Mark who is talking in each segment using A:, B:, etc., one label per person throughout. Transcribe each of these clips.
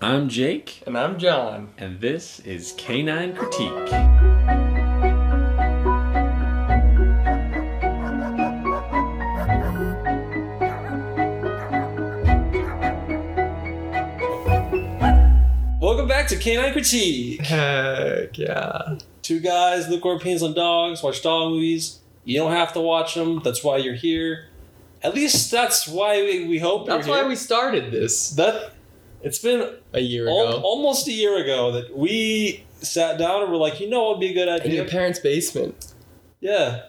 A: I'm Jake,
B: And I'm John.
A: and this is Canine Critique. Welcome back to Canine Critique.
B: Heck yeah.
A: Two guys look our opinions on dogs, watch dog movies. You don't have to watch them. That's why you're here. At least that's why we, we hope
B: That's
A: you're
B: why
A: here.
B: we started this
A: That it's been
B: a year
A: Al-
B: ago.
A: almost a year ago that we sat down and were like, you know what would be a good
B: In
A: idea?
B: your parents' basement.
A: yeah.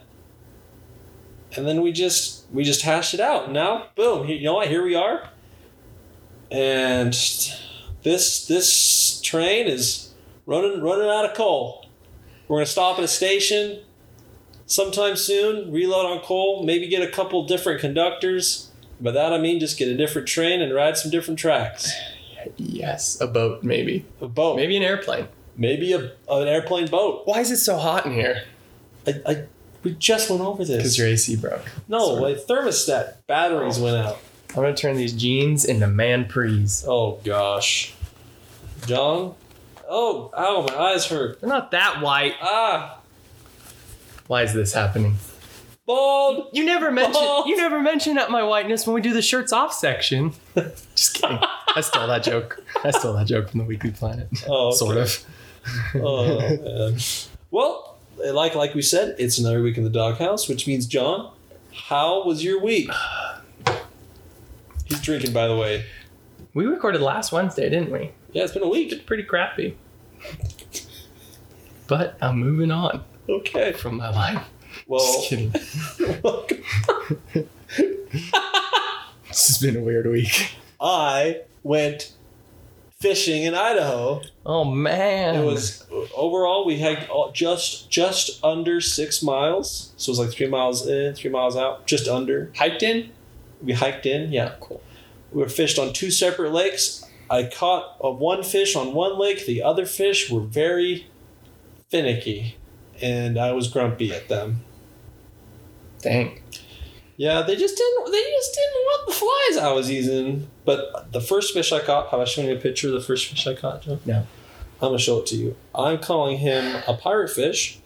A: And then we just we just hashed it out. Now, boom, you know what? Here we are. And this this train is running running out of coal. We're gonna stop at a station sometime soon, reload on coal, maybe get a couple different conductors. By that I mean just get a different train and ride some different tracks.
B: Yes, a boat maybe.
A: A boat.
B: Maybe an airplane.
A: Maybe a, an airplane boat.
B: Why is it so hot in here?
A: I, I we just went over
B: Because
A: this.
B: your AC broke.
A: No,
B: Sorry.
A: my thermostat batteries went out.
B: I'm gonna turn these jeans into man prees.
A: Oh gosh, John. Oh, ow, my eyes hurt.
B: They're not that white.
A: Ah,
B: Why is this happening?
A: bald.
B: You never mention
A: Oh.
B: you never mention up my whiteness when we do the shirts off section. Just kidding. I stole that joke. I stole that joke from the Weekly Planet.
A: Oh,
B: Sort of.
A: oh, man. Well, like like we said, it's another week in the doghouse, which means John. How was your week? He's drinking, by the way.
B: We recorded last Wednesday, didn't we?
A: Yeah, it's been a week.
B: pretty crappy. But I'm moving on
A: Okay.
B: from my life.
A: Well,
B: Just kidding. This has been a weird week.
A: I went fishing in Idaho.
B: Oh man.
A: It was uh, overall we had all- just just under six miles, so it was like three miles in, three miles out, just under.
B: hiked in?
A: We hiked in, yeah.
B: Cool.
A: We were fished on two separate lakes. I caught uh, one fish on one lake. The other fish were very finicky, and I was grumpy at them.
B: Dang.
A: Yeah, they just didn't. They just didn't want the flies I was using. But the first fish I caught. Have I shown you a picture of the first fish I caught, Joe?
B: No.
A: I'm gonna show it to you. I'm calling him a pirate fish,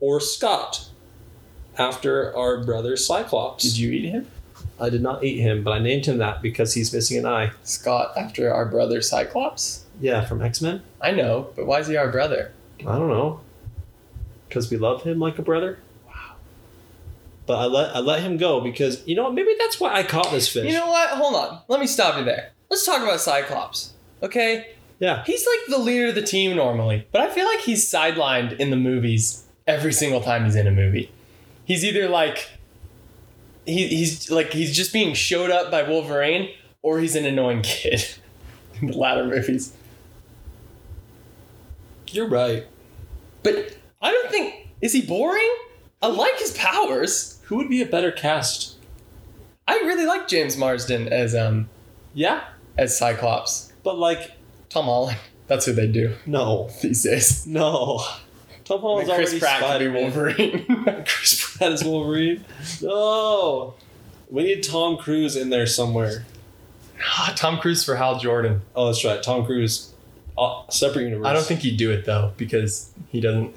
A: or Scott, after our brother Cyclops.
B: Did you eat him?
A: I did not eat him, but I named him that because he's missing an eye.
B: Scott after our brother Cyclops?
A: Yeah, from X Men.
B: I know, but why is he our brother?
A: I don't know. Because we love him like a brother. Wow. But I let I let him go because you know what? Maybe that's why I caught this fish.
B: You know what? Hold on. Let me stop you there. Let's talk about Cyclops. Okay?
A: yeah.
B: He's like the leader of the team normally, but I feel like he's sidelined in the movies every single time he's in a movie. He's either like he, he's like he's just being showed up by Wolverine, or he's an annoying kid. in the latter movies,
A: You're right.
B: but I don't think is he boring. I like his powers.
A: Who would be a better cast?
B: I really like James Marsden as um
A: Yeah.
B: as Cyclops.
A: But like,
B: Tom Holland. That's who they do
A: no.
B: these days.
A: No. Tom
B: And
A: Holland's
B: then Chris
A: already
B: Pratt could be
A: Spider-Man.
B: Wolverine.
A: Chris Pratt is Wolverine. No. We need Tom Cruise in there somewhere.
B: Tom Cruise for Hal Jordan.
A: Oh, that's right. Tom Cruise. Uh, separate universe.
B: I don't think he'd do it though because he doesn't.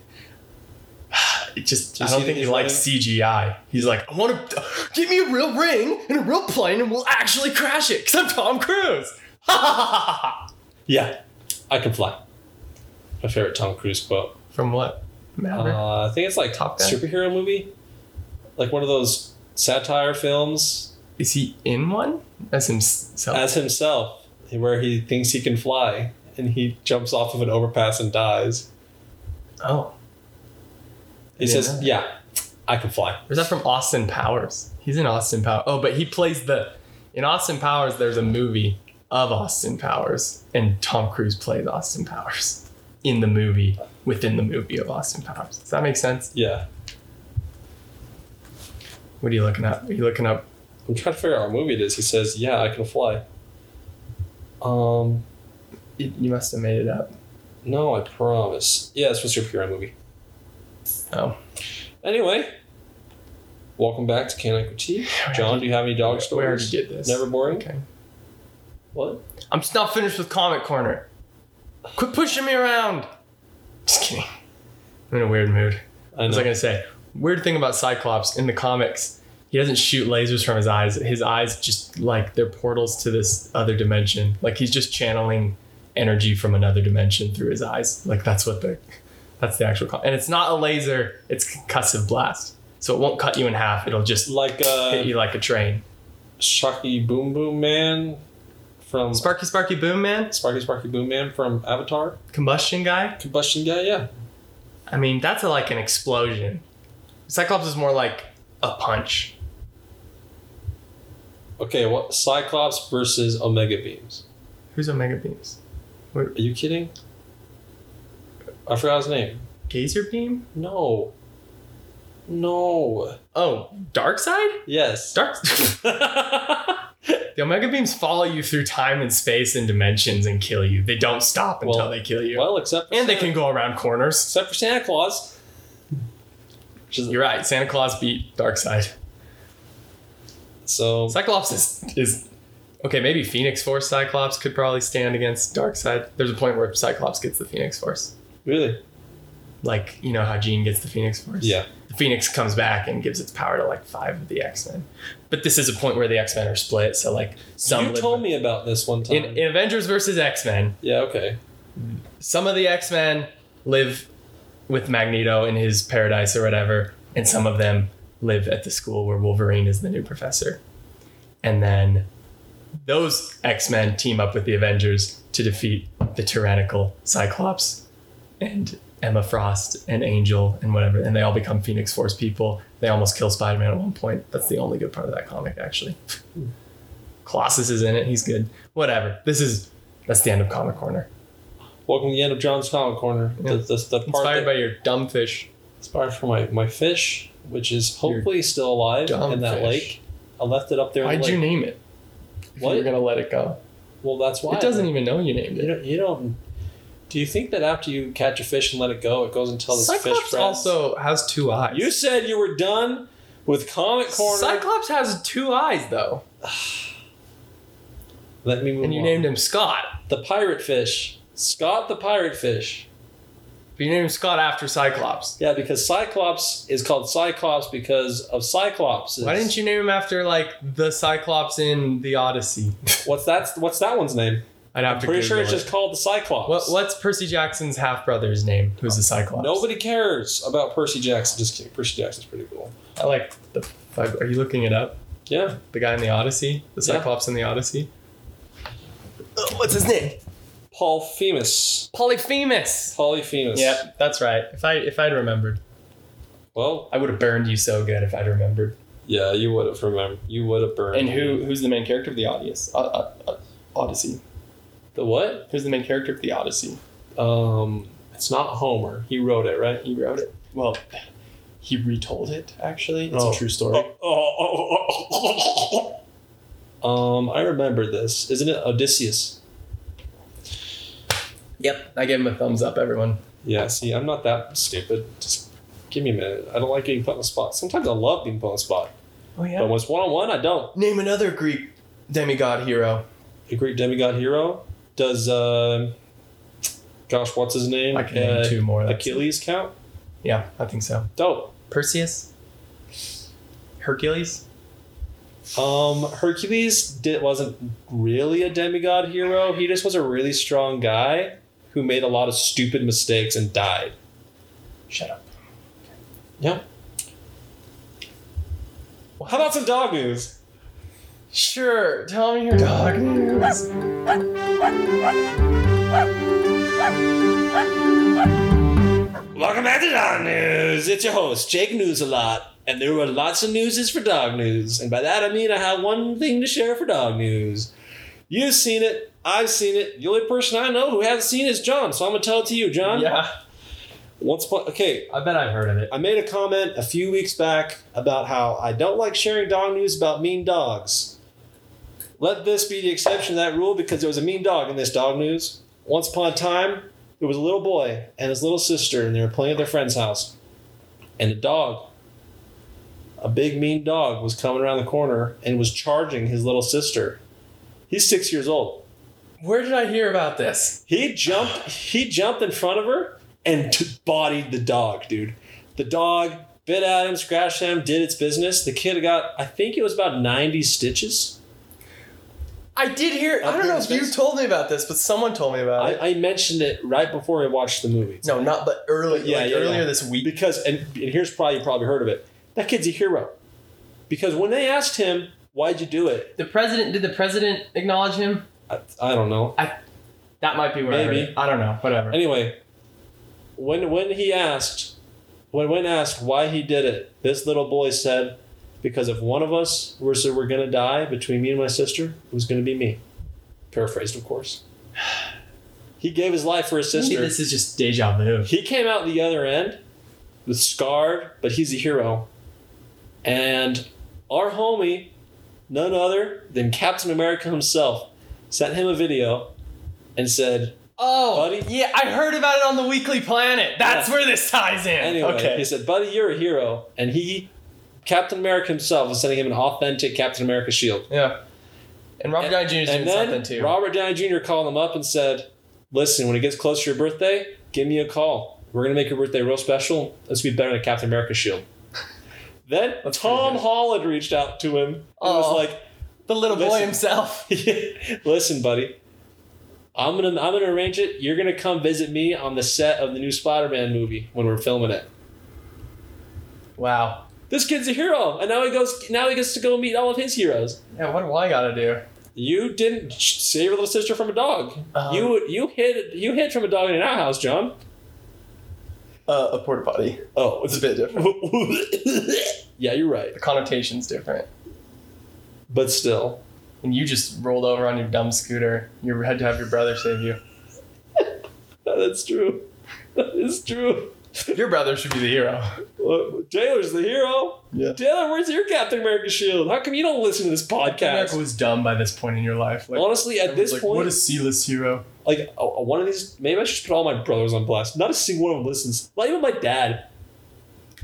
B: It just
A: Do you
B: I
A: see
B: don't
A: that
B: think he
A: he's
B: likes
A: like-
B: CGI. He's like, I want to give me a real ring and a real plane, and we'll actually crash it because I'm Tom Cruise.
A: Yeah. I can fly. My favorite Tom Cruise quote.
B: From what? Maverick.
A: Uh, I think it's like
B: Top Gun?
A: superhero movie, like one of those satire films
B: Is he in one as himself?
A: as himself, where he thinks he can fly and he jumps off of an overpass and dies.
B: oh,
A: He
B: Yeah.
A: says, "Yeah, I can fly."
B: or is that from Austin Powers? He's in Austin Powers. Oh, but he plays the in Austin Powers. There's a movie of Austin Powers, and Tom Cruise plays Austin Powers in the movie within the movie of Austin Powers. Does that make sense?
A: Yeah,
B: What are you looking at? Are you looking up?
A: I'm trying to figure out what movie it is. He says, "Yeah, I can fly." Um,
B: You, you must have made it up.
A: no, I promise. Yeah, it's a superhero movie.
B: Oh,
A: Anyway, welcome back to Canine Critique. John, do you have any dog
B: where did
A: stories?
B: you get this?
A: Never boring.
B: Okay.
A: What?
B: I'm just not finished with Comic Corner. Quit pushing me around. Just kidding. I'm in a weird mood.
A: I
B: What was
A: know.
B: I gonna say? Weird thing about Cyclops in the comics, he doesn't shoot lasers from his eyes. His eyes just like they're portals to this other dimension. Like he's just channeling energy from another dimension through his eyes. Like that's what the that's the actual con- and it's not a laser, it's concussive blast. So it won't cut you in half. It'll just
A: Like
B: hit
A: uh,
B: you like a train.
A: Shocky Boom Boom Man from
B: Sparky Sparky Boom Man,
A: Sparky Sparky Boom Man from Avatar.
B: combustion guy.
A: Combustion guy, yeah.
B: I mean, that's a, like an explosion. Cyclops is more like a punch.
A: Okay, what Cyclops versus Omega Beams.
B: Who's Omega Beams?
A: Are you kidding? I forgot his name.
B: Gazer Beam?
A: No. No.
B: Oh, Dark Side?
A: Yes.
B: Dark. the Omega Beams follow you through time and space and dimensions and kill you. They don't stop until
A: Well-
B: they kill you.
A: well, except for
B: and they can go around corners.
A: except for Santa Claus. Which is-
B: You're right. Santa Claus beat Darkseid.
A: So
B: Cyclops is is okay. Maybe Phoenix Force Cyclops could probably stand against Darkseid. There's a point where Cyclops gets the Phoenix Force.
A: really,
B: Like you know how Jean gets the Phoenix Force.
A: yeah.
B: The Phoenix comes back and gives its power to like five of the X Men. But this is a point where the X Men are split. So like some
A: you
B: live
A: told me about this one time.
B: in, in Avengers versus X Men.
A: yeah. Okay.
B: some of the X Men live with Magneto in his paradise or whatever, and some of them live at the school where Wolverine is the new professor. And then those X Men team up with the Avengers to defeat the tyrannical Cyclops and Emma Frost and Angel and whatever. And they all become Phoenix Force people. They almost kill Spider Man at one point. That's the only good part of that comic, actually. Colossus is in it. He's good. Whatever. This is, that's the end of Comic Corner.
A: Welcome to the end of John's comic corner.
B: Yeah.
A: The, the, the part
B: Inspired
A: that-
B: by your dumb fish.
A: inspired from my, my fish, which is hopefully still alive
B: dumb
A: in that
B: fish.
A: lake. I left it up there. in the
B: Why'd you
A: lake.
B: name it? If
A: What?
B: You're gonna let it go.
A: well, that's why
B: It doesn't even know you named
A: You
B: it.
A: don't, you don't. Do you think that after you catch a fish and let it go, it goes and tells its fish
B: Cyclops
A: friends?
B: also has two eyes.
A: you said you were done with comic corner.
B: Cyclops has two eyes though,
A: Let me move
B: and you
A: on.
B: named him Scott.
A: the pirate fish, Scott the pirate fish.
B: But you named him Scott after Cyclops.
A: Yeah, because Cyclops is called Cyclops because of Cyclops.
B: Why didn't you name him after like the Cyclops in the Odyssey?
A: What's that? What's that one's name?
B: I'd have
A: I'm
B: to.
A: pretty sure
B: Google
A: it's
B: it.
A: just called the Cyclops.
B: What, what's Percy Jackson's half brother's name? Who's the Cyclops?
A: Nobody cares about Percy Jackson. Just kidding. Percy Jackson's pretty cool.
B: I like the. Are you looking it up?
A: Yeah.
B: The guy in the Odyssey, the
A: Yeah.
B: Cyclops in the Odyssey. Uh, what's his name?
A: Paul Femus.
B: Polyphemus.
A: Polyphemus.
B: Yep, that's right. If I if I'd remembered,
A: Well,
B: I would have burned you so good if I'd remembered.
A: yeah, you would have remembered. You would have burned.
B: And who who's the main character of the Odyssey? Uh, uh, uh, Odyssey.
A: The what?
B: Who's the main character of the Odyssey?
A: Um, it's not Homer. He wrote it, right?
B: He wrote it. Well, he retold it actually. It's
A: Oh.
B: a true story.
A: Um, I remember this. Isn't it Odysseus?
B: Yep, I gave him a thumbs up. Everyone.
A: Yeah, see, I'm not that stupid. Just give me a minute. I don't like getting put on the spot. Sometimes I love being put on the spot.
B: Oh
A: But when it's one on one, I don't.
B: Name another Greek demigod hero.
A: A Greek demigod hero does, uh, gosh, what's his name?
B: I can name
A: Uh,
B: two more. that's-
A: Achilles count?
B: Yeah, I think so.
A: Dope.
B: Perseus. Hercules.
A: Um, Hercules did, wasn't really a demigod hero. He just was a really strong guy who made a lot of stupid mistakes and died.
B: Shut up.
A: Yeah. How about some dog news?
B: Sure, tell me your dog news.
A: Welcome back to Dog News. It's your host, Jake News a lot, and there were lots of newses for dog news. And by that I mean I have one thing to share for dog news. You've seen it, I've seen it. The only person I know who hasn't seen it is John, so I'm gonna tell it to you, John.
B: Yeah,
A: Once upon okay,
B: I bet I've heard of it.
A: I made a comment a few weeks back about how I don't like sharing dog news about mean dogs. Let this be the exception to that rule because there was a mean dog in this dog news. Once upon a time, there was a little boy and his little sister, and they were playing at their friend's house. And a dog, a big mean dog, was coming around the corner and was charging his little sister. He's six years old.
B: Where did I hear about this?
A: He jumped. He jumped in front of her and t- bodied the dog, dude. The dog bit at him, scratched him, did its business. The kid got, I think it was about ninety stitches.
B: I did hear.
A: Up
B: I don't
A: here
B: know
A: in
B: if you
A: space?
B: told me about this, but someone told me about
A: I,
B: it.
A: I mentioned it right before I watched the movie
B: No, not but early.
A: Yeah,
B: like
A: yeah,
B: earlier
A: yeah.
B: this week.
A: because, and, and here's probably you probably heard of it. That kid's a hero because when they asked him why'd you do it,
B: The president did the president acknowledge him?
A: I, I don't know.
B: That might be where I heard
A: Maybe.
B: it. I don't know. Whatever.
A: Anyway, when when he asked, when when asked why he did it, this little boy said, "Because if one of us were so we're gonna die between me and my sister, it was gonna be me." Paraphrased, of course. He gave his life for his
B: Maybe
A: sister.
B: this is just deja vu.
A: He came out the other end, with scarred, but he's a hero. And our homie, none other than Captain America himself, sent him a video, and said,
B: Oh,
A: Buddy?
B: yeah, I heard about it on the Weekly Planet. That's
A: Yeah.
B: where this ties in.
A: Anyway,
B: okay.
A: he said, "Buddy, you're a hero," and he, Captain America himself, was sending him an authentic Captain America shield.
B: yeah. And Robert Downey Jr. is doing
A: And then
B: something too.
A: Robert Downey Jr. called him up and said, "Listen, when it gets close to your birthday, give me a call. We're gonna make your birthday real special. Let's be better than a Captain America shield." Then
B: That's
A: Tom
B: pretty good. Oh.
A: Holland reached out to him and
B: Aw.
A: was
B: the little boy
A: Listen.
B: himself.
A: like, "Listen, buddy." I'm gonna I'm gonna arrange it. You're gonna come visit me on the set of the new Spider-Man movie when we're filming it.
B: Wow.
A: this kid's a hero, and now he goes. Now he gets to go meet all of his heroes.
B: Yeah, what do I gotta do?
A: You didn't sh- save your little sister from a dog.
B: Um,
A: you you hid you hid from a dog in an outhouse, John.
B: Uh, a porta potty.
A: Oh,
B: It's a bit different.
A: yeah, you're right.
B: The connotation's different.
A: But still,
B: And you just rolled over on your dumb scooter. You had to have your brother save you.
A: that's true. That is true.
B: Your brother should be the hero.
A: Well, Taylor's the hero.
B: Yeah.
A: Taylor, where's your Captain America shield? How come you don't listen to this
B: America
A: podcast?
B: was dumb by this point in your life. Like,
A: Honestly, at this
B: everyone's like,
A: point,
B: what a C-list hero.
A: like a, a- one of these, maybe I should put all my brothers on blast. Not a single one of them listens. Not even my dad.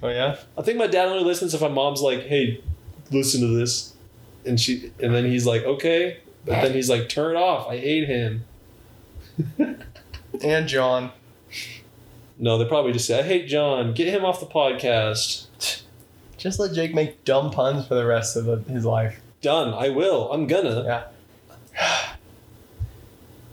B: Oh yeah.
A: I think my dad only listens if my mom's like, "Hey, listen to this," and she, and then he's like, "Okay," but then he's like, "Turn it off. I hate him."
B: And John.
A: No, they probably just say, "I hate John. Get him off the podcast."
B: Just let Jake make dumb puns for the rest of the, his life.
A: Done. I will. I'm gonna.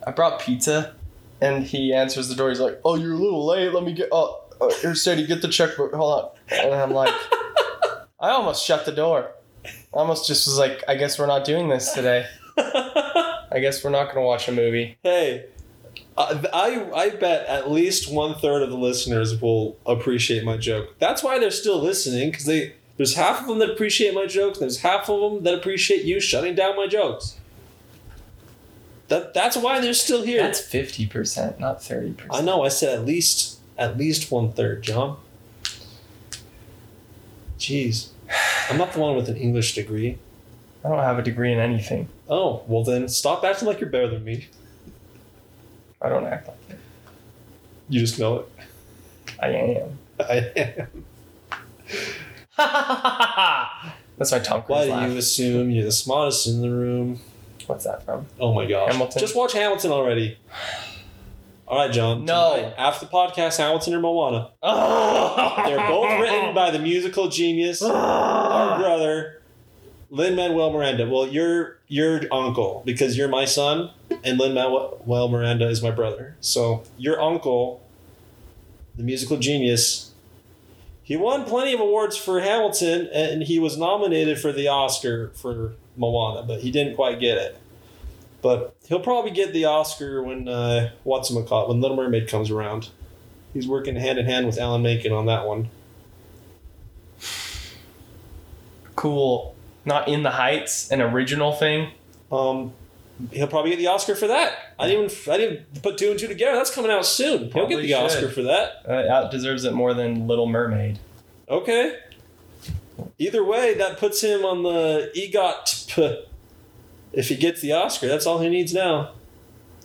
B: I brought pizza, and he answers the door. He's like, "Oh, you're a little late. Let me get. Oh, uh, here, Sadie, get the checkbook. Hold on." And I'm like, I almost shut the door. I almost just was like, I guess we're not doing this today. I guess we're not gonna watch a movie.
A: hey, I, I I bet at least one third of the listeners will appreciate my joke. That's why they're still listening because they. There's half of them that appreciate my jokes. There's half of them that appreciate you shutting down my jokes. That, that's why they're still here.
B: fifty percent, not thirty percent.
A: I know. I said at least at least one third, John. Jeez, I'm not the one with an English degree.
B: I don't have a degree in anything.
A: Oh well, then stop acting like you're better than me.
B: I don't act like that.
A: You just know it.
B: I am.
A: I am.
B: That's my Tom
A: Why
B: Cruise
A: do
B: laugh.
A: you assume you're the smartest in the room?
B: What's that from?
A: Oh my gosh!
B: Hamilton.
A: Just watch Hamilton already. All right, John.
B: No.
A: Tonight, after the podcast, Hamilton or Moana.
B: Oh,
A: They're both written by the musical genius,
B: Ah.
A: our brother, Lin Manuel Miranda. Well, your your uncle because you're my son, and Lin Manuel Miranda is my brother. So your uncle, the musical genius, he won plenty of awards for Hamilton, and he was nominated for the Oscar for Moana, but he didn't quite get it. But he'll probably get the Oscar when uh, whatchamacallit, when Little Mermaid comes around. He's working hand in hand with Alan Menken on that one.
B: cool. Not in the Heights, an original thing.
A: Um, he'll probably get the Oscar for that. I didn't even I didn't put two and two together. That's coming out soon. he'll get
B: Probably
A: the
B: should.
A: Oscar for that.
B: Uh, out deserves it more than Little Mermaid.
A: Okay. Either way, that puts him on the EGOT. P- if he gets the Oscar, that's all he needs now.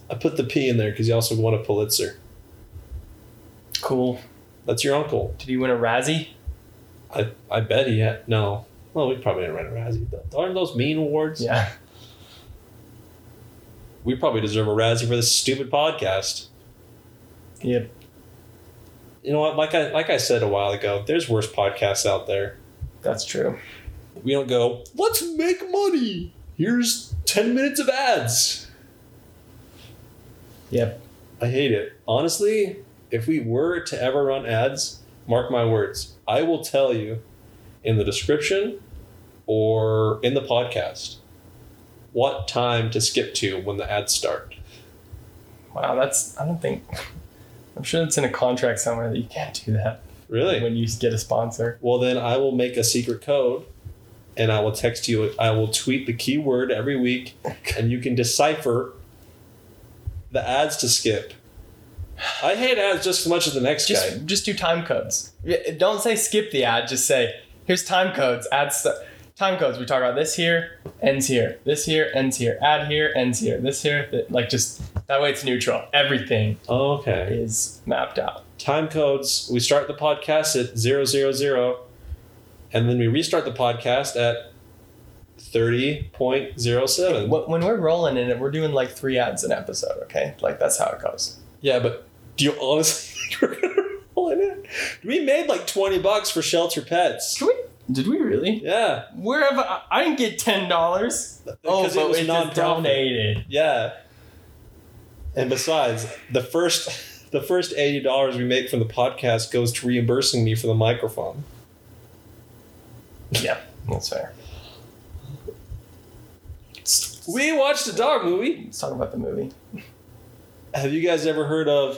A: I put the P in there because he also won a Pulitzer.
B: Cool.
A: That's your uncle.
B: Did he win a Razzie?
A: I I bet he had no. Well, we probably didn't win a Razzie. though. Aren't those mean awards?
B: Yeah.
A: we probably deserve a Razzie for this stupid podcast.
B: Yep.
A: You know what? Like I like I said a while ago, there's worse podcasts out there.
B: That's true.
A: We don't go. Let's make money. Here's ten minutes of ads.
B: Yep.
A: I hate it. Honestly, if we were to ever run ads, mark my words, I will tell you in the description or in the podcast what time to skip to when the ads start.
B: Wow, that's I don't think I'm sure it's in a contract somewhere that you can't do that
A: Really?
B: when you get a sponsor.
A: Well, then I will make a secret code and I will text you, I will tweet the keyword every week, and you can decipher the ads to skip. I hate ads just as much as the next
B: Just
A: guy.
B: just do time codes. Yeah, Don't say skip the ad, just say here's time codes. Add st- time codes. We talk about this here, ends here. This here, ends here. Add here, ends here. This here, th- like just that way it's neutral. Everything
A: Okay.
B: is mapped out.
A: time codes. We start the podcast at 000, and then we restart the podcast at 30.07.
B: Wh- When we're rolling in it, we're doing like three ads an episode, okay? Like that's how it goes.
A: Yeah, but do you honestly think we're going to roll in it? We made like 20 bucks for Shelter Pets.
B: Can we? Did we really?
A: Yeah.
B: Where have I, I didn't get ten dollars? Oh,
A: Because
B: but
A: it was
B: it
A: nonprofit.
B: just donated.
A: Yeah. And besides, the first the first eighty dollars we make from the podcast goes to reimbursing me for the microphone.
B: Yeah, that's fair.
A: We watched a dog movie.
B: Let's talk about the movie.
A: Have you guys ever heard of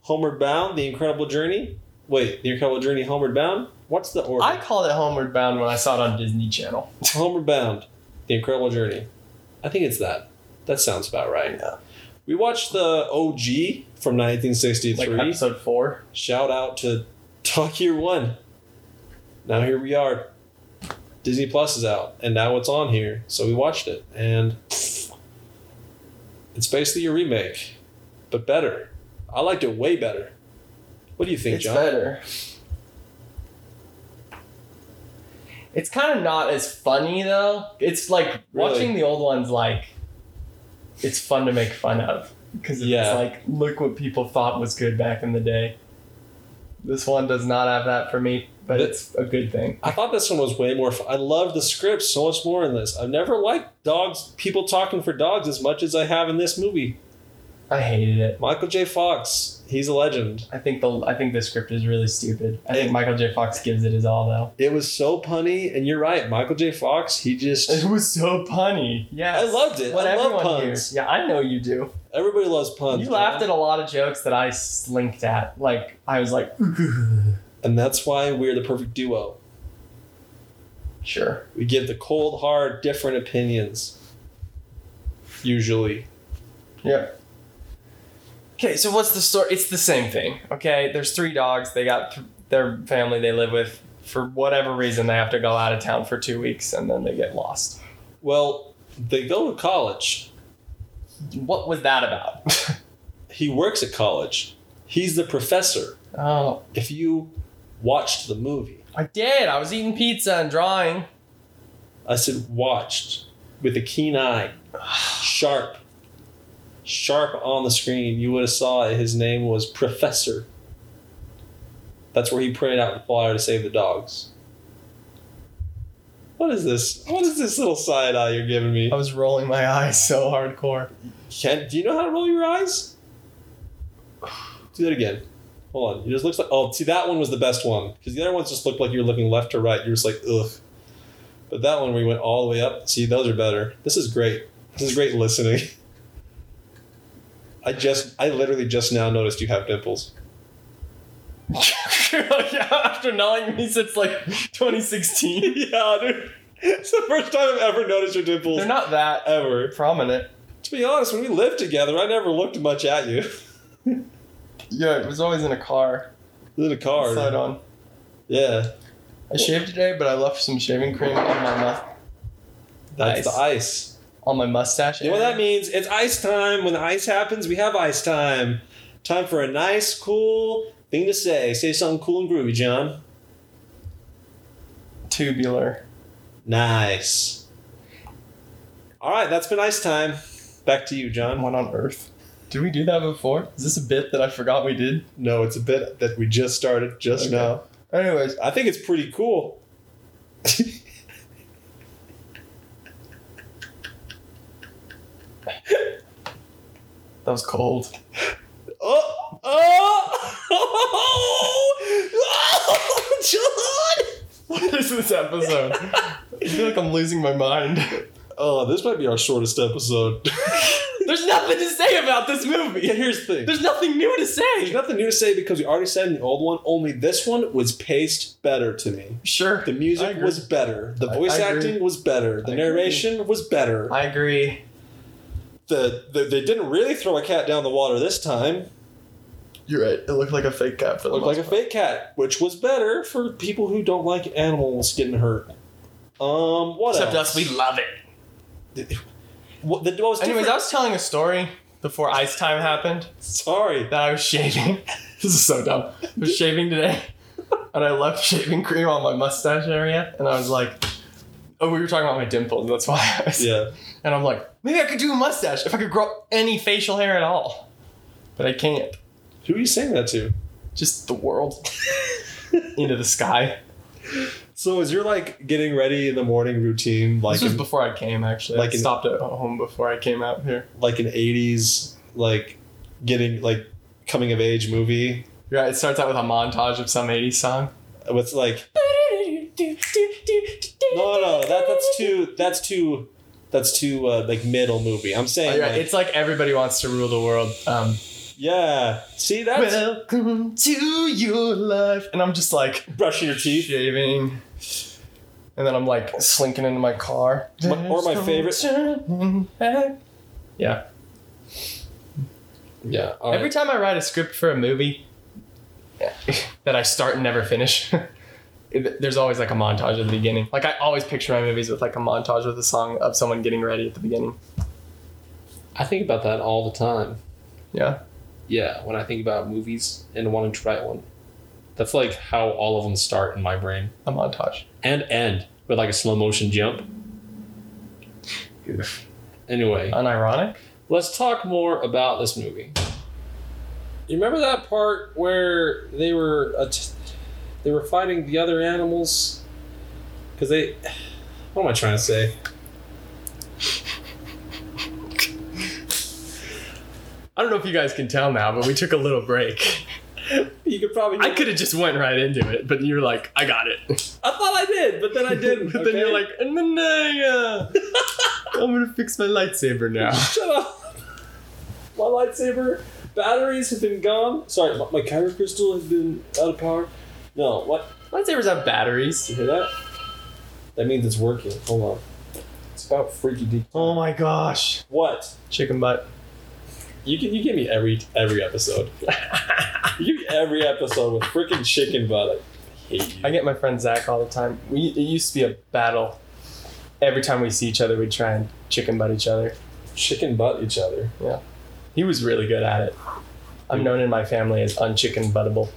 A: Homeward Bound: The Incredible Journey? Wait, The Incredible Journey, Homeward Bound. What's the order?
B: I called it Homeward Bound when I saw it on Disney Channel.
A: Homeward Bound: The Incredible Journey. I think it's that. That sounds about right.
B: Yeah.
A: We watched the OG from 1963.
B: Like episode four.
A: Shout out to Talk Year One. Now here we are. Disney Plus is out, and now it's on here, so we watched it, and it's basically a remake, but better. I liked it way better. What do you think,
B: it's
A: John?
B: better. It's kind of not as funny though. It's like
A: Really?
B: watching the old ones. Like, it's fun to make fun of because it's
A: Yeah.
B: like, look what people thought was good back in the day. This one does not have that for me, but
A: Th-
B: it's a good thing.
A: I thought this one was way more. Fun. I love the script so much more in this. I've never liked dogs, people talking for dogs as much as I have in this movie.
B: I hated it.
A: Michael J. Fox, he's a legend.
B: I think the I think the script is really stupid. I
A: It-
B: think Michael J. Fox gives it his all though.
A: It was so punny, and you're right, Michael J. Fox. He just
B: It was so punny. Yeah,
A: I loved it.
B: What
A: I love
B: everyone
A: puns.
B: hears. Yeah, I know you do.
A: Everybody loves puns.
B: you laughed
A: man.
B: at a lot of jokes that I slinked at. Like I was like, "Hmm,
A: And that's why we're the perfect duo.
B: sure.
A: We give the cold, hard, different opinions. Usually.
B: Yep. Okay, so what's the story? It's the same thing. Okay, there's three dogs. They got th- their family they live with. For whatever reason, they have to go out of town for two weeks and then they get lost.
A: Well, they go to college.
B: What was that about?
A: He works at college. He's the professor.
B: oh,
A: If you watched the movie,
B: I did. I was eating pizza and drawing.
A: I said watched with a keen eye, sharp, sharp on the screen. You would have saw it. his name was Professor. That's where he printed out the flyer to save the dogs. What is this? What is this little side eye you're giving me?
B: I was rolling my eyes so hardcore.
A: Ken, do you know how to roll your eyes? Do that again. Hold on. It just looks like. Oh, see, that one was the best one because the other ones just looked like you were looking left to right. You were just like, ugh. But that one, we went all the way up. See, those are better. This is great. This is great listening. I just, I literally just now noticed you have dimples.
B: yeah, after knowing me since like 2016.
A: yeah, dude. It's the first time I've ever noticed your dimples.
B: They're not that
A: ever.
B: prominent.
A: To be honest, when we lived together, I never looked much at you.
B: Yeah, it was always in a car.
A: In a car.
B: Side on.
A: Yeah.
B: I shaved today, but I left some shaving cream on my mu-
A: That's
B: Nice.
A: the ice.
B: on my mustache.
A: You know what
B: area.
A: that means? It's ice time. When the ice happens, we have ice time. Time for a nice, cool thing to say. Say something cool and groovy, John.
B: Tubular.
A: Nice. All right, that's been ice time. Back to you, John.
B: What on earth? Did we do that before? Is this a bit that I forgot we did?
A: No, it's a bit that we just started just
B: Okay.
A: now.
B: Anyways,
A: I think it's pretty cool.
B: that was cold.
A: Oh, oh, oh, John!
B: What is this episode? I feel like I'm losing my mind.
A: Oh, this might be our shortest episode.
B: There's nothing to say about this movie.
A: yeah, here's the thing.
B: There's nothing new to
A: There's
B: say.
A: nothing new to say because we already said in the old one. Only this one was paced better to me.
B: Sure.
A: The
B: I
A: music
B: agree.
A: was better. The
B: I-
A: voice
B: I agree.
A: acting was better.
B: I
A: The
B: agree.
A: narration was better.
B: I agree.
A: The, the they didn't really throw a cat down the water this time.
B: You're right. It looked like a fake cat for the
A: Looked
B: most
A: like a
B: part.
A: fake cat, which was better for people who don't like animals getting hurt. Um, what
B: Except
A: else?
B: us, we love it.
A: What, the, what was
B: Anyways, I
A: different-
B: was telling a story before ice time happened
A: sorry.
B: that I was shaving. this is so dumb. I was shaving today, and I left shaving cream on my mustache area, and I was like, "Oh, we were talking about my dimples. That's why." I was,
A: Yeah,
B: And I'm like, maybe I could do a mustache if I could grow any facial hair at all, but I can't.
A: who are you saying that to?
B: Just the world into the sky.
A: So is your like getting ready in the morning routine like
B: This was
A: an,
B: before I came, actually.
A: like
B: I
A: an-
B: stopped at home before I came out here.
A: like an eighties like getting like coming of age movie
B: You're right. It starts out with a montage of some '80s song.
A: with like no no that that's too that's too that's too uh, like middle movie. I'm saying
B: You're right.
A: like,
B: Oh, It's like everybody wants to rule the world. Um,
A: yeah. See that's
B: Welcome to your life. And I'm just like
A: brushing your teeth.
B: shaving. And then I'm like slinking into my car.
A: My- or my favorite-
B: favorite. Yeah.
A: Yeah. all right.
B: Every time I write a script for a movie that I start and never finish, it- there's always like a montage at the beginning. Like I always picture my movies with like a montage with a song of someone getting ready at the beginning.
C: I think about that all the time.
B: Yeah.
C: Yeah, when I think about movies and wanting to write one, that's like how all of them start in my brain
B: A montage.
C: and end with like a slow motion jump. Anyway,
B: Unironic?
C: let's talk more about this movie. You remember that part where they were a t- they were fighting the other animals because they. What am I trying to say?
B: I don't know if you guys can tell now, but we took a little break.
A: You could probably.
B: I could have just went right into it, but you're like, I got it.
A: I thought I did, but then I didn't.
B: but then
A: okay?
B: you're like, and then I, uh, I'm gonna fix my lightsaber now.
A: Shut up. My lightsaber batteries have been gone. Sorry, my, my kyber crystal has been out of power. No, what?
B: Lightsabers have batteries.
A: You hear that? That means it's working. Hold on. It's about freaky deep.
B: Oh my gosh,
A: What?
B: chicken butt.
A: You can you give me every every episode. you give me every episode with freaking chicken butt. I hate
B: I
A: you.
B: get my friend Zach all the time. We it used to be a battle. Every time we see each other, we'd try and chicken butt each other.
A: Chicken butt each other.
B: He was really good at it. I'm known in my family as unchicken buttable.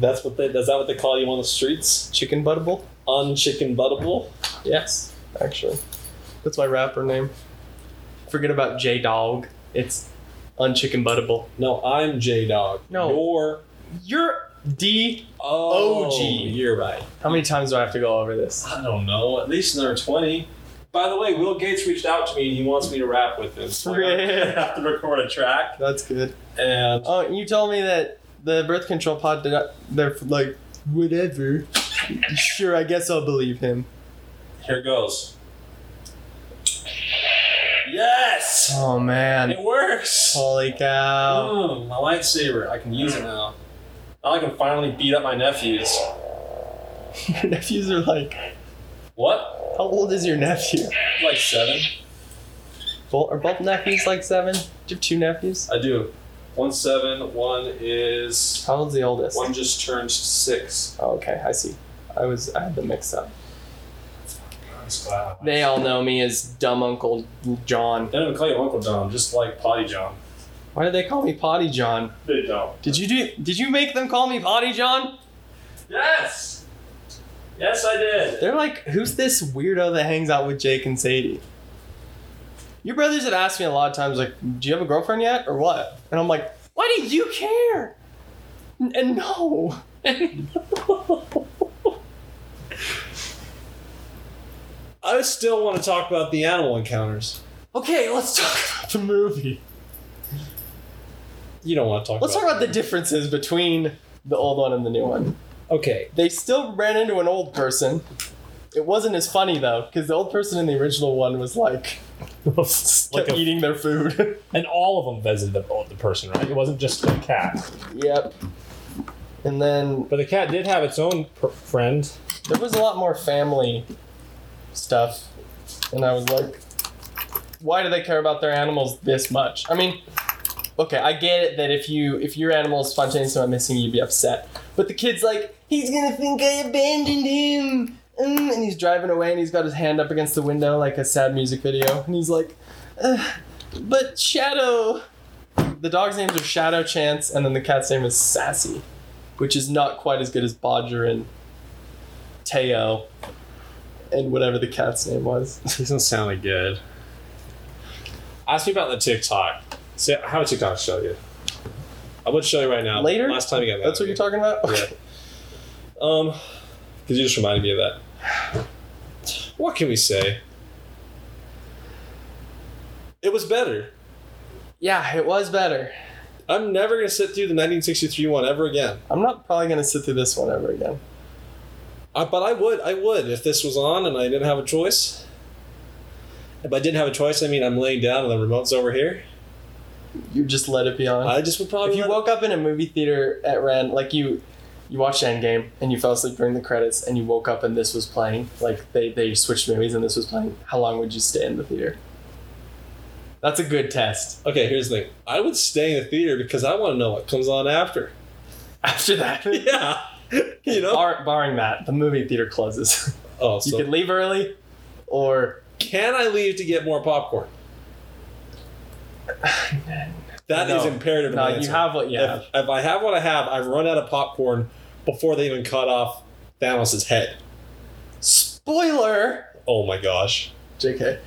A: That's what they. That's that what they call you on the streets?
B: Chicken buttable?
A: Unchicken buttable.
B: Yes, actually. That's my rapper name. Forget about J Dog. It's unchicken buttable.
A: No, I'm J Dog.
B: No.
A: You're
B: You're D.
A: oh,
B: OG.
A: You're right.
B: How many times do I have to go over this?
A: I don't know, at least another 20. By the way, Will Gates reached out to me and he wants me to rap with him. So I
B: Yeah.
A: have to record a track.
B: That's good.
A: And
B: Oh, you told me that the birth control pod did not. They're like, whatever. sure, I guess I'll believe him.
A: here goes. Yes!
B: Oh man.
A: It works!
B: Holy cow.
A: Oh, my lightsaber. I can use it now. Now I can finally beat up my nephews.
B: Your nephews are like,
A: What?
B: how old is your nephew?
A: Like seven?
B: Both, are both nephews like seven? Do you have two nephews?
A: I do. One's seven, one is.
B: How old's the oldest?
A: One just turned six.
B: Oh, okay, I see. I was I had the mix up.
A: That's wow. They
B: They all know me as dumb Uncle John.
A: don't even call you Uncle John, just like Potty John.
B: Why do they call me Potty John?
A: They don't.
B: Did you do? Did you make them call me Potty John?
A: Yes. Yes, I did.
B: They're like, who's this weirdo that hangs out with Jake and Sadie? Your brothers have asked me a lot of times, like, do you have a girlfriend yet or what? And I'm like, why do you care? N- And no.
A: I still want to talk about the animal encounters.
B: Okay, let's talk about the movie.
A: You don't want to talk.
B: Let's talk
A: about
B: about the differences between the old one and the new one.
A: Okay,
B: They still ran into an old person. It wasn't as funny though, because the old person in the original one was like,
D: like
B: kept
D: a,
B: eating their food.
D: and all of them visited the, oh, the person, right? It wasn't just the cat.
B: yep. And then
D: But the cat did have its own pr- friend.
B: there was a lot more family stuff, and I was like, why do they care about their animals this much? I mean, okay, I get it that if you if your animal is spontaneous and went missing, you'd be upset. But the kid's like, he's gonna think I abandoned him, Mm, and he's driving away, and he's got his hand up against the window like a sad music video, and he's like, "Ugh, but Shadow. The dog's names are Shadow Chance, and then the cat's name is Sassy, which is not quite as good as Bodger and Teo and whatever the cat's name was.
A: doesn't sound good. Ask me about the TikTok. See, I have a TikTok to show you. I would show you right now.
B: Later?
A: Last time you got that.
B: That's what you're talking about?
A: Yeah. Um, because you just reminded me of that. What can we say? It was better.
B: Yeah, it was better.
A: I'm never gonna sit through the 1963 one ever again.
B: I'm not probably going to sit through this one ever again.
A: I, but I would, I would, if this was on and I didn't have a choice. If I didn't have a choice, I mean, I'm laying down and the remote's over here.
B: You just let it be on.
A: I just would probably.
B: if you
A: let-
B: woke up in a movie theater at Rand, like you you watched Endgame and you fell asleep during the credits and you woke up and this was playing, like they, they switched movies and this was playing, how long would you stay in the theater? That's a good test.
A: okay, here's the thing. I would stay in the theater because I want to know what comes on after.
B: After that,
A: Yeah, you know.
B: bar, barring that, the movie theater closes.
A: oh,
B: you
A: so
B: could leave early or
A: can I leave to get more popcorn? That is
B: No.
A: imperative. to
B: No,
A: my
B: you
A: answer.
B: have what you have.
A: If, if I have what I have, I've run out of popcorn before they even cut off Thanos' head.
B: Spoiler!
A: Oh my gosh.
B: JK.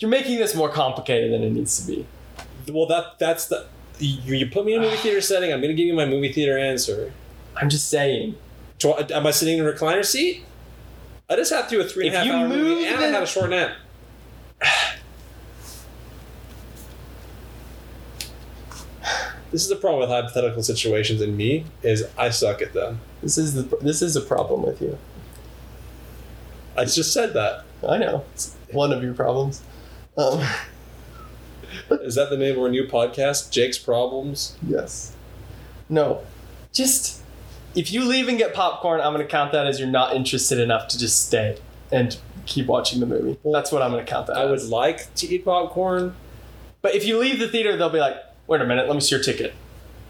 B: You're making this more complicated than it needs to be.
A: Well, that that's the you, you put me in a movie theater setting. I'm gonna give you my movie theater answer.
B: I'm just saying.
A: Tw- am I sitting in a recliner seat? I just had through a three and a
B: If
A: half
B: you
A: hour movie
B: move
A: and I
B: the-
A: had a short nap. This is the problem with hypothetical situations in me is I suck at them.
B: This is the this is a problem with you.
A: I just said that.
B: I know. It's one of your problems. Um,
A: Is that the name of our new podcast, Jake's Problems?
B: yes. No. Just if you leave and get popcorn, I'm gonna count that as you're not interested enough to just stay and keep watching the movie. That's what I'm gonna count that.
A: I would
B: as.
A: like to eat popcorn.
B: But if you leave the theater, they'll be like, "Wait a minute, let me see your ticket."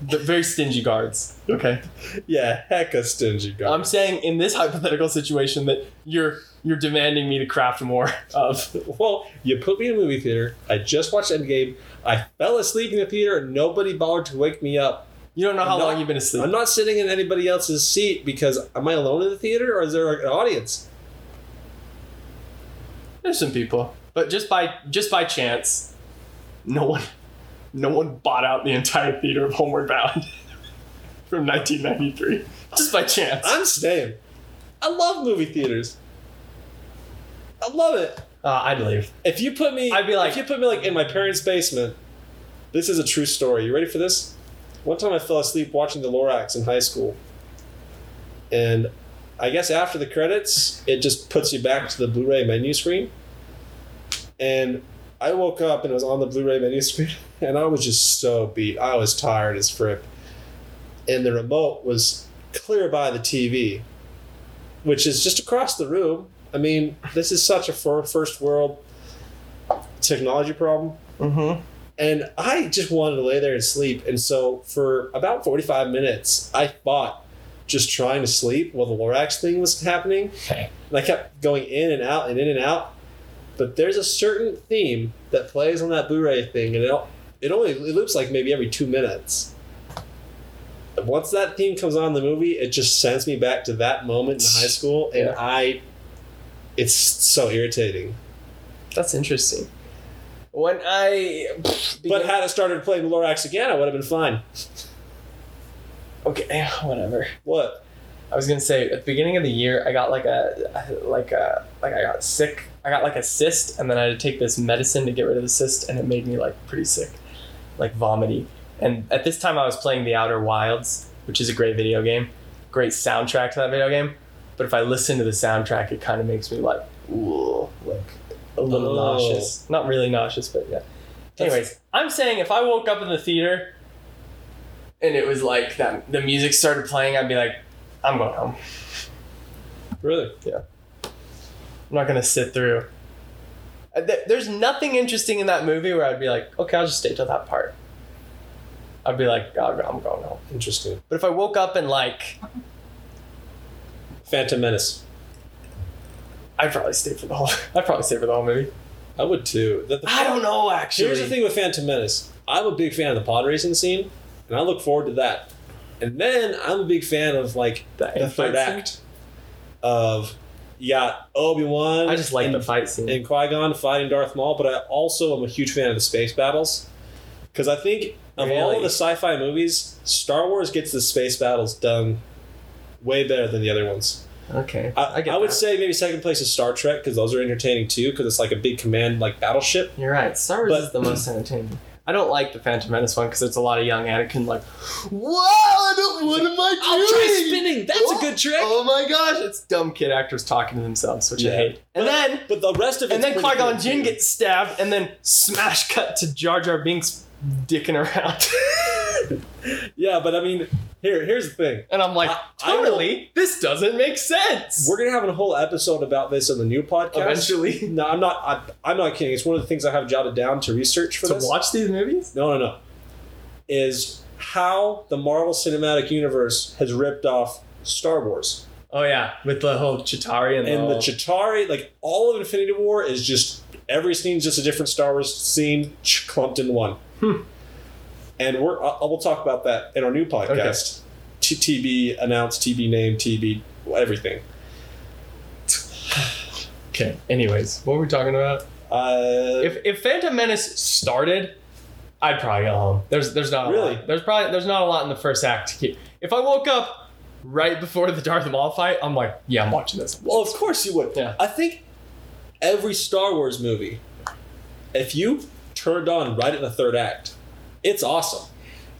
B: The very stingy guards. Okay.
A: Yeah, heck a stingy guy.
B: I'm saying in this hypothetical situation that you're you're demanding me to craft more of.
A: well, you put me in a movie theater. I just watched Endgame. I fell asleep in the theater and nobody bothered to wake me up.
B: You don't know how
A: I'm not-
B: long you've been asleep.
A: I'm not sitting in anybody else's seat because am I alone in the theater or is there an audience?
B: There's some people, but just by just by chance, no one no one bought out the entire theater of Homeward Bound from 1993. Just by chance.
A: I'm staying. I love movie theaters. I love it.
B: Uh, I'd leave.
A: If you put me,
B: I'd be like-
A: if you put me like in my parents' basement. This is a true story. You ready for this? One time I fell asleep watching The Lorax in high school, and I guess after the credits, it just puts you back to the Blu-ray menu screen. And I woke up and it was on the Blu-ray menu screen, and I was just so beat. I was tired as frick, and the remote was clear by the TV, which is just across the room. I mean, this is such a fir- first world technology problem.
B: Mm-hmm.
A: And I just wanted to lay there and sleep. And so for about 45 minutes, I fought just trying to sleep while the Lorax thing was happening. And I kept going in and out and in and out. But there's a certain theme that plays on that Blu-ray thing, and it, al- it only it loops like maybe every two minutes. And once that theme comes on in the movie, it just sends me back to that moment in high school, and
B: Yeah.
A: I, it's so irritating.
B: That's interesting. When I
A: But had it started playing Lorax again, I would have been fine.
B: okay, whatever.
A: What?
B: I was gonna say at the beginning of the year, I got like a like a like I got sick. I got like a cyst, and then I had to take this medicine to get rid of the cyst, and it made me like pretty sick, like vomity. And at this time, I was playing The Outer Wilds, which is a great video game, great soundtrack to that video game. But if I listen to the soundtrack, it kind of makes me like, ooh, like a little
A: Oh.
B: nauseous. Not really nauseous, but yeah.
A: That's-
B: Anyways, I'm saying if I woke up in the theater and it was like that, the music started playing, I'd be like, I'm going home.
A: Really?
B: I'm not gonna sit through. Uh, th- There's nothing interesting in that movie where I'd be like, okay, I'll just stay till that part. I'd be like, "Oh, I'm going home.
A: Interesting.
B: But if I woke up and like,
A: Phantom Menace.
B: I'd probably stay for the whole. I'd probably stay for the whole movie.
A: I would too. That the,
B: I don't know actually.
A: here's the thing with Phantom Menace. I'm a big fan of the pod racing scene, and I look forward to that. And then I'm a big fan of like
B: The
A: the
B: end
A: third
B: fight scene?
A: act of you got Obi Wan.
B: I just like
A: and,
B: the fight scene.
A: and Qui Gon fighting Darth Maul, but I also am a huge fan of the space battles because I think of all
B: Really?
A: of the sci-fi movies, Star Wars gets the space battles done way better than the other ones.
B: okay,
A: I, I,
B: get
A: would
B: that.
A: say maybe second place is Star Trek because those are entertaining too because it's like a big command like battleship.
B: You're right. Star Wars
A: But-
B: is the most entertaining. I don't like the Phantom Menace one because it's a lot of young Anakin like, whoa, I don't- what am I doing?
A: spinning. That's
B: Oh,
A: trick.
B: Oh my gosh, it's dumb kid actors talking to themselves, which I
A: Yeah.
B: hate. And then
A: But the rest of it
B: and then Qui Gon Jinn gets stabbed, and then smash cut to Jar Jar Binks dicking around,
A: Yeah, but I mean, here here's the thing.
B: and I'm like,
A: I- I will-
B: totally, this doesn't make sense.
A: We're gonna have a whole episode about this in the new podcast.
B: Eventually,
A: No, I'm not. I, I'm not kidding. It's one of the things I have jotted down to research for
B: to
A: this.
B: watch these movies,
A: No, no, no. Is how the Marvel Cinematic Universe has ripped off Star Wars
B: oh yeah, with the whole Chitari and,
A: and
B: the,
A: the Chitari. Like all of Infinity War is just every scene's just a different Star Wars scene ch- clumped in one.
B: Hmm.
A: And we're I, I will talk about that in our new podcast. T- TB announced, TB name, TB everything.
B: okay. Anyways, what were we talking about?
A: Uh,
B: If if Phantom Menace started, I'd probably go home. There's there's not a
A: Really?
B: Lot. There's probably there's not a lot in the first act. to keep- If I woke up right before the Darth Maul fight, I'm like, yeah, I'm watching this.
A: well, of course you would.
B: Yeah.
A: I think every Star Wars movie, if you turned on right at the third act, it's awesome.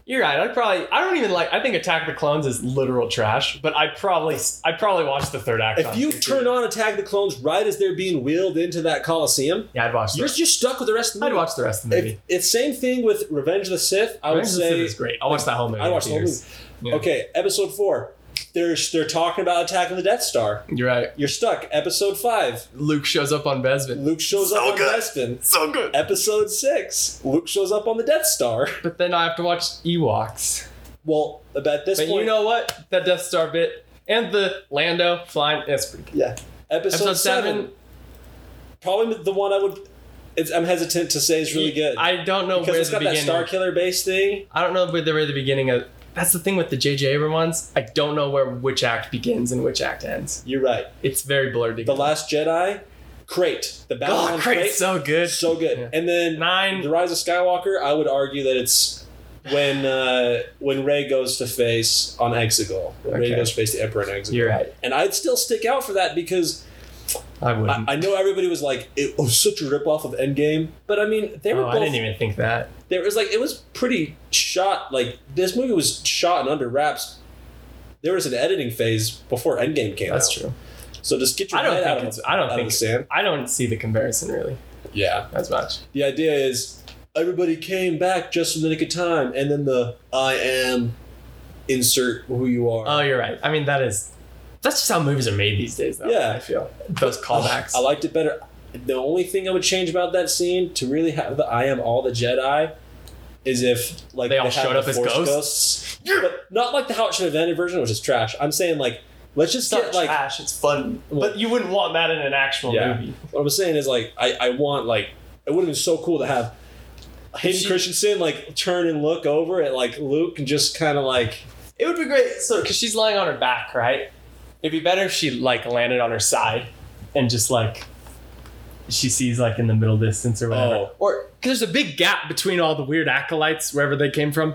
B: You're right. I'd probably. I don't even like. I think Attack of the Clones is literal trash. But I'd probably. I'd probably watch the third act.
A: If you turn on Attack of the Clones right as they're being wheeled into that Coliseum,
B: yeah, I'd watch. The,
A: you're just stuck with the rest of the
B: I'd
A: movie.
B: watch the rest of the movie.
A: If, it's same thing with Revenge of the Sith. I would
B: Revenge of the Sith
A: say
B: is great. I'll watch that whole movie.
A: I watched the whole movie.
B: movie.
A: Okay, episode four. They're they're talking about attacking the Death Star.
B: You're right.
A: You're stuck. Episode five.
B: Luke shows up on Bespin.
A: Luke shows
B: So
A: up
B: good.
A: on Bespin.
B: So good.
A: Episode six. Luke shows up on the Death Star.
B: But then I have to watch Ewoks.
A: Well, at this
B: But
A: point,
B: you know what? That Death Star bit and the Lando flying. That's pretty good.
A: yeah. Episode,
B: Episode
A: seven,
B: seven.
A: Probably the one I would. It's, I'm hesitant to say is really good
B: I don't know
A: because
B: where
A: it's
B: the
A: got that
B: beginning.
A: Star Killer base thing.
B: I don't know where the, where the beginning of. That's the thing with the J.J. Abrams ones. I don't know where which act begins and which act ends.
A: You're right.
B: It's very blurred
A: The
B: together.
A: Last Jedi, Crate. The battle
B: God,
A: on
B: great, so good.
A: so good.
B: Yeah.
A: And then
B: Nine.
A: The Rise of Skywalker, I would argue that it's when uh, when Ray goes to face on Exegol. When Ray
B: Okay.
A: goes to face the Emperor on Exegol.
B: You're right.
A: And I'd still stick out for that because
B: I wouldn't.
A: I, I know everybody was like, it was such a ripoff of Endgame. But I mean, they were
B: oh, I
A: both.
B: didn't even think that.
A: There was like it was pretty shot. Like this movie was shot and under wraps. There was an editing phase before Endgame came
B: That's
A: out.
B: true.
A: So just get your
B: I don't
A: head
B: think
A: out of
B: it's.
A: the-
B: I don't
A: out of
B: think.
A: the sand.
B: I don't see the comparison really
A: Yeah.
B: as much.
A: the idea is everybody came back just in the nick of time, and then the I am insert who you are.
B: Oh, you're right. I mean, that is. That's just how movies are made these days. Though,
A: Yeah.
B: I feel those callbacks.
A: I liked it better. The only thing I would change about that scene to really have the I am all the Jedi is if like
B: They all
A: had
B: showed
A: the
B: up as
A: Force
B: ghosts?
A: ghosts. but not like the how it should have ended version, which is trash. I'm saying like let's just
B: it's not
A: get like
B: trash. It's fun, but you wouldn't want that in an actual
A: Yeah.
B: movie.
A: what I'm saying is like I, I want like it would have been so cool to have Hayden
B: She-
A: Christensen like turn and look over at like Luke and just kind of like
B: It would be great. So, because she's lying on her back, right? It'd be better if she like landed on her side and just like she sees like in the middle distance or whatever.
A: Oh.
B: Or 'cause there's a big gap between all the weird acolytes wherever they came from,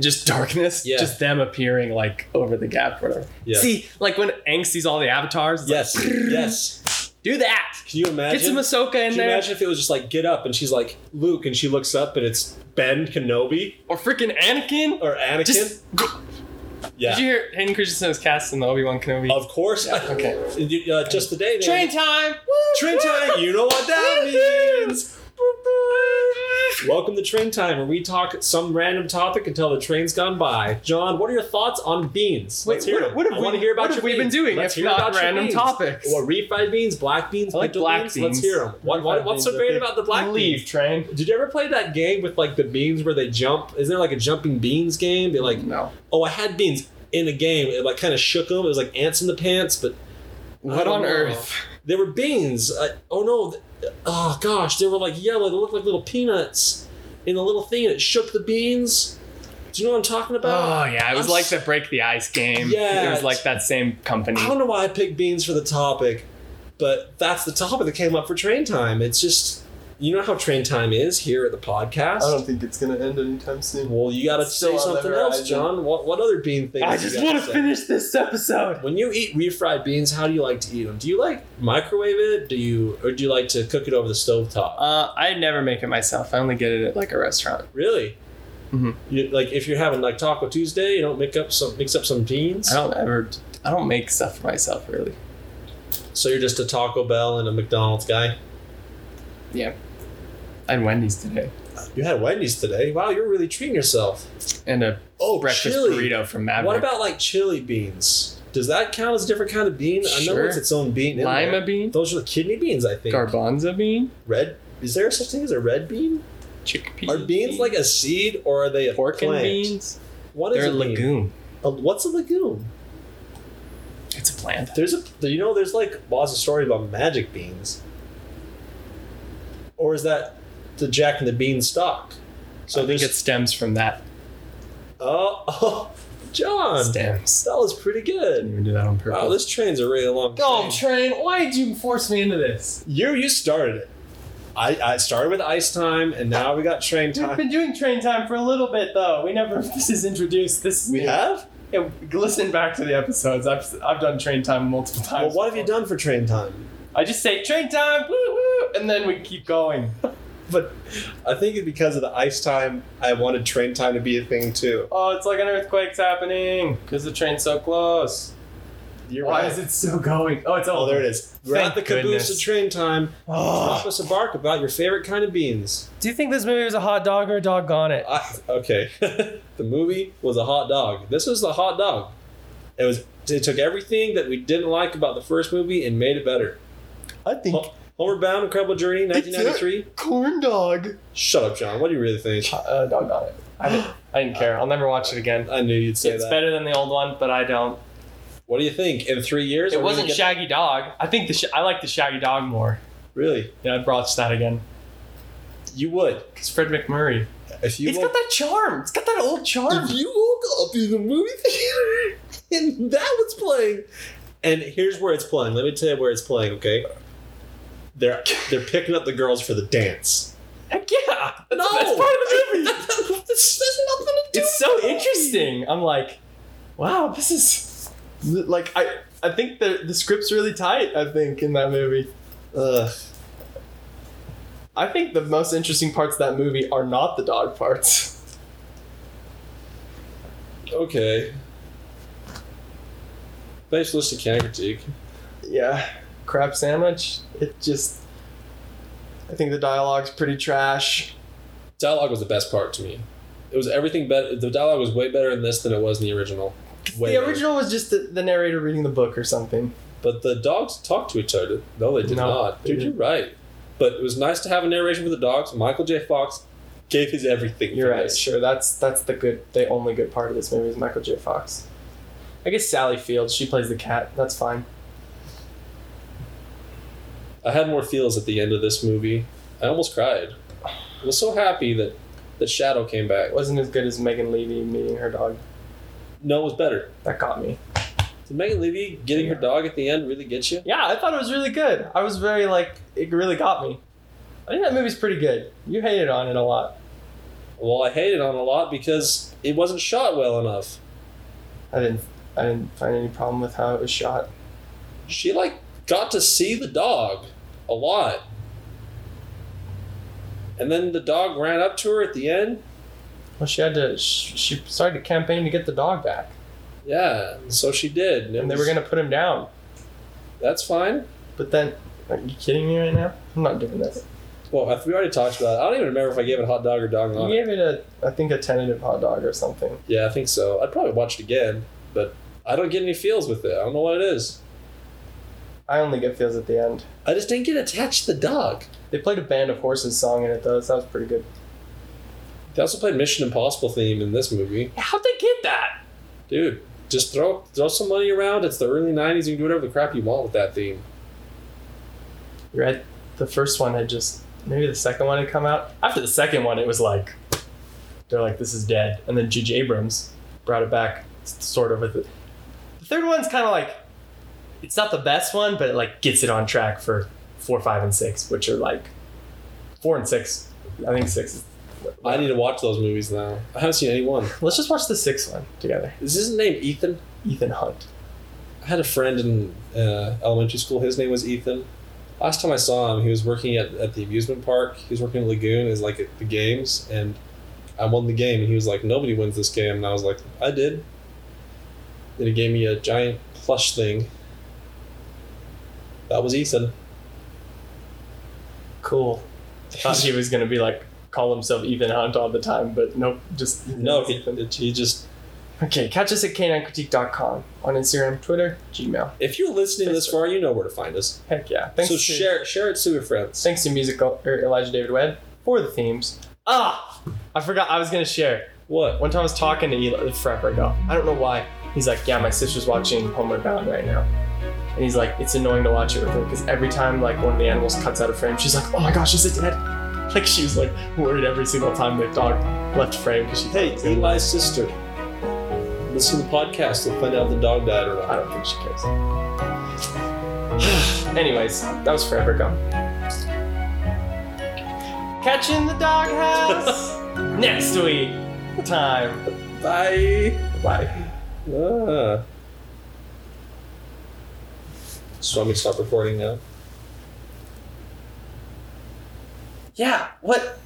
B: just darkness,
A: Yeah.
B: just them appearing like over the gap or whatever.
A: Yeah.
B: See, like when Aang sees all the avatars, it's
A: Yes,
B: like,
A: yes.
B: do that.
A: Can you imagine?
B: Get some Ahsoka in
A: Can you
B: there,
A: imagine if it was just like get up and she's like Luke and she looks up and it's Ben Kenobi
B: or freaking Anakin.
A: or Anakin?
B: Just
A: yeah.
B: Did you hear Hayden Christensen was cast in the Obi Wan Kenobi?
A: of course.
B: okay.
A: You- uh, just the day. man.
B: Train time. Woo!
A: Train time. You know what that means. Welcome to Train Time, where we talk some random topic until the train's gone by. John, what are your thoughts on beans?
B: Wait,
A: Let's hear
B: what-
A: them.
B: what have
A: I want
B: we-
A: to hear about
B: what
A: your
B: have we been
A: beans.
B: doing,
A: Let's
B: if
A: hear
B: not
A: about your
B: random
A: beans.
B: topics?
A: Well, refried beans, black beans,
B: I like
A: pickled
B: black
A: beans.
B: beans.
A: Let's hear them. What, what,
B: Refried
A: what's so
B: beans,
A: great
B: okay.
A: about the black
B: Leave
A: beans?
B: train.
A: Did you ever play that game with like the beans where they jump? Is there like a jumping beans game? Be like,
B: No.
A: oh, I had beans in a game. It like kind of shook them. It was like ants in the pants, but I
B: What
A: don't
B: on
A: know.
B: earth?
A: They were beans. I, oh no! th- Oh gosh, they were like yellow. They looked like little peanuts in a little thing. It shook the beans. Do you know what I'm talking
B: Oh
A: about?
B: yeah, it was
A: I'm
B: like
A: s-
B: the break the ice game.
A: Yeah,
B: it was like
A: it's-
B: that same company.
A: I don't know why I picked beans for the topic, but that's the topic that came up for train time. It's just you know how train time is here at the podcast.
D: think it's gonna end anytime soon.
A: well, you got to
D: It's still
A: say
D: on the
A: something else,
D: horizon.
A: John. What what other bean thing?
B: I just want to finish this episode.
A: When you eat refried beans, how do you like to eat them? Do you like microwave it? Do you or do you like to cook it over the stove top?
B: Uh, I never make it myself. I only get it at like a restaurant.
A: Really?
B: Mhm.
A: You, like if you're having like Taco Tuesday, you don't make up some mix up some beans.
B: I don't ever. I don't make stuff for myself really.
A: So you're just a Taco Bell and a McDonald's guy.
B: I had Wendy's today
A: You had Wendy's today. Wow, you're really treating yourself.
B: and a
A: Oh,
B: breakfast
A: chili.
B: burrito from Maverick.
A: What about like chili beans? Does that count as a different kind of bean? I know
B: Sure.
A: it's its own bean. in
B: lima
A: there.
B: bean,
A: Those are the kidney beans, I think.
B: garbanzo bean,
A: red. Is there such thing as a red bean?
B: chickpea?
A: Are beans like a seed or are they a
B: pork and
A: plant?
B: beans?
A: What is
B: They're a
A: a bean?
B: legume.
A: A- what's a legume?
B: It's a plant.
A: There's a you know there's like lots of stories about magic beans. Or is that the Jack and the Beanstalk? So
B: I think
A: there's
B: it stems from that
A: oh, oh John,
B: stems.
A: that was pretty
B: Didn't
A: good.
B: even do that on purpose.
A: Wow, this train's a really long.
B: oh,
A: train.
B: train! Why did you force me into this?
A: you you started it. I I started with ice time, and now we got train
B: We've
A: time.
B: been doing train time for a little bit though. We never this is introduced. This
A: We have.
B: Yeah, listen back to the episodes. I've I've done train time multiple times.
A: Well, what have you
B: before.
A: done for train time?
B: I just say train time, woo woo, and then we keep going.
A: But I think it's because of the ice time, I wanted train time to be a thing too.
B: Oh, it's like an earthquake's happening because the train's so close.
A: You're
B: Why
A: right.
B: is it still going? Oh, it's
A: Oh,
B: over.
A: there it is. We're at
B: Thank
A: the caboose
B: goodness.
A: of train time.
B: Oh.
A: Drop us a bark about your favorite kind of beans.
B: Do you think this movie was a hot dog or a dog on it?
A: I, okay, the movie was a hot dog. This was the hot dog. It was. It took everything that we didn't like about the first movie and made it better.
B: I think
A: Hom- Homeward Bound, Incredible Journey, 1993.
B: corn dog.
A: Shut up, John. What do you really think?
B: Uh, dog on it. I didn't, I didn't care. I'll never watch it again.
A: I knew you'd say
B: It's
A: that.
B: better than the old one, but I don't.
A: What do you think? In three years,
B: It
A: we're gonna
B: wasn't
A: get-
B: Shaggy Dog. I think the sh- I like the Shaggy Dog more.
A: really.
B: Yeah, I'd watch that again.
A: You would
B: It's Fred McMurray.
A: if you.
B: It's
A: woke-
B: got that charm. It's got that old charm.
A: if you woke up in the movie theater and that was playing, and here's where it's playing. Let me tell you where it's playing. Okay, they're they're picking up the girls for the dance.
B: Heck yeah. That's,
A: No,
B: that's part of the movie.
A: movie. There's nothing to do.
B: It's so interesting. I'm like, wow, this is like I I think the the script's really tight, I think, in that movie.
A: Ugh.
B: I think the most interesting parts of that movie are not the dog parts.
A: Okay. Thanks for listening, Can Critique.
B: yeah. Crab sandwich. It just I think the dialogue's pretty trash.
A: Dialogue was the best part to me. It was everything better. The dialogue was way better in this than it was in the original. Way
B: the
A: better.
B: original was just the, the narrator reading the book or something.
A: But the dogs talked to each other. No, they did
B: No,
A: not.
B: they
A: Dude,
B: didn't.
A: you're right. But it was nice to have a narration for the dogs. Michael J. Fox gave his everything.
B: You're
A: for
B: right.
A: this.
B: Sure, that's that's the good, the only good part of this movie is Michael J. Fox. I guess Sally Fields, she plays the cat. That's fine.
A: I had more feels at the end of this movie. I almost cried. I was so happy that that Shadow came back.
B: It wasn't as good as Megan Levy meeting her dog.
A: No, it was better.
B: That got me.
A: Did Megan Levy getting her dog at the end really get you?
B: Yeah, I thought it was really good. I was very like, it really got me. I think that movie's pretty good. You hated on it a lot.
A: Well, I hated on a lot because it wasn't shot well enough.
B: I didn't. I didn't find any problem with how it was shot.
A: She like got to see the dog a lot. And then the dog ran up to her at the end.
B: Well, she had to. sh- She started to campaign to get the dog back,
A: Yeah, so she did. it
B: and they were
A: was-
B: gonna put him down.
A: That's fine.
B: But then, are you kidding me right now? I'm not doing this.
A: Well, if we already talked about it. I don't even remember if I gave it hot dog or dog
B: You
A: on. Yeah.
B: gave it a, I think, a tentative hot dog or something.
A: yeah, I think so. I'd probably watch it again, but I don't get any feels with it. I don't know what it is.
B: I only get feels at the end.
A: I just didn't get attached to the dog.
B: They played a Band of Horses song in it though. So that was pretty good.
A: They also played Mission Impossible theme in this movie.
B: How'd they get that?
A: Dude, just throw throw some money around. It's the early 90s. You can do whatever the crap you want with that theme.
B: Right. The first one had just maybe the second one had come out. After the second one, it was like they're like this is dead, and then J.J. Abrams brought it back, s- sort of with it. The third one's kind of like it's not the best one, but it like gets it on track for four, five, and six, which are like four and six. I think six. Is,
A: I need to watch those movies now. I haven't seen any one.
B: Let's just watch the sixth one together.
A: Is his name Ethan?
B: Ethan Hunt.
A: I had a friend in uh, elementary school. His name was Ethan. Last time I saw him, he was working at, at the amusement park. He was working at Lagoon as like at the games, and I won the game. And he was like, "Nobody wins this game," and I was like, "I did." Then he gave me a giant plush thing. That was Ethan.
B: Cool. Thought he was gonna be like call himself Ethan Hunt all the time, but nope. Just
A: No, he, he just.
B: Okay, catch us at caninecritique.com on Instagram, Twitter, Gmail.
A: If you're listening this far, you know where to find us.
B: Heck yeah. Thanks,
A: so
B: to,
A: share share it to your friends.
B: thanks to musical or Elijah David Webb for the themes. Ah! I forgot I was going to share.
A: What?
B: One time I was talking to Eli forever ago. I don't know why. He's like, yeah, my sister's watching Homeward Bound right now. And he's like, it's annoying to watch it with her because every time like one of the animals cuts out of frame, she's like, oh my gosh, is it dead? Like she was like worried every single time the dog left frame because she
A: Hey, Eli's sister. Listen to the podcast. You'll find out if the dog died or not.
B: I don't think she cares. Anyways, that was forever ago. Catching the doghouse next week. Time.
A: Bye.
B: Bye.
A: Ah. So I'm gonna stop recording now.
B: Yeah. What?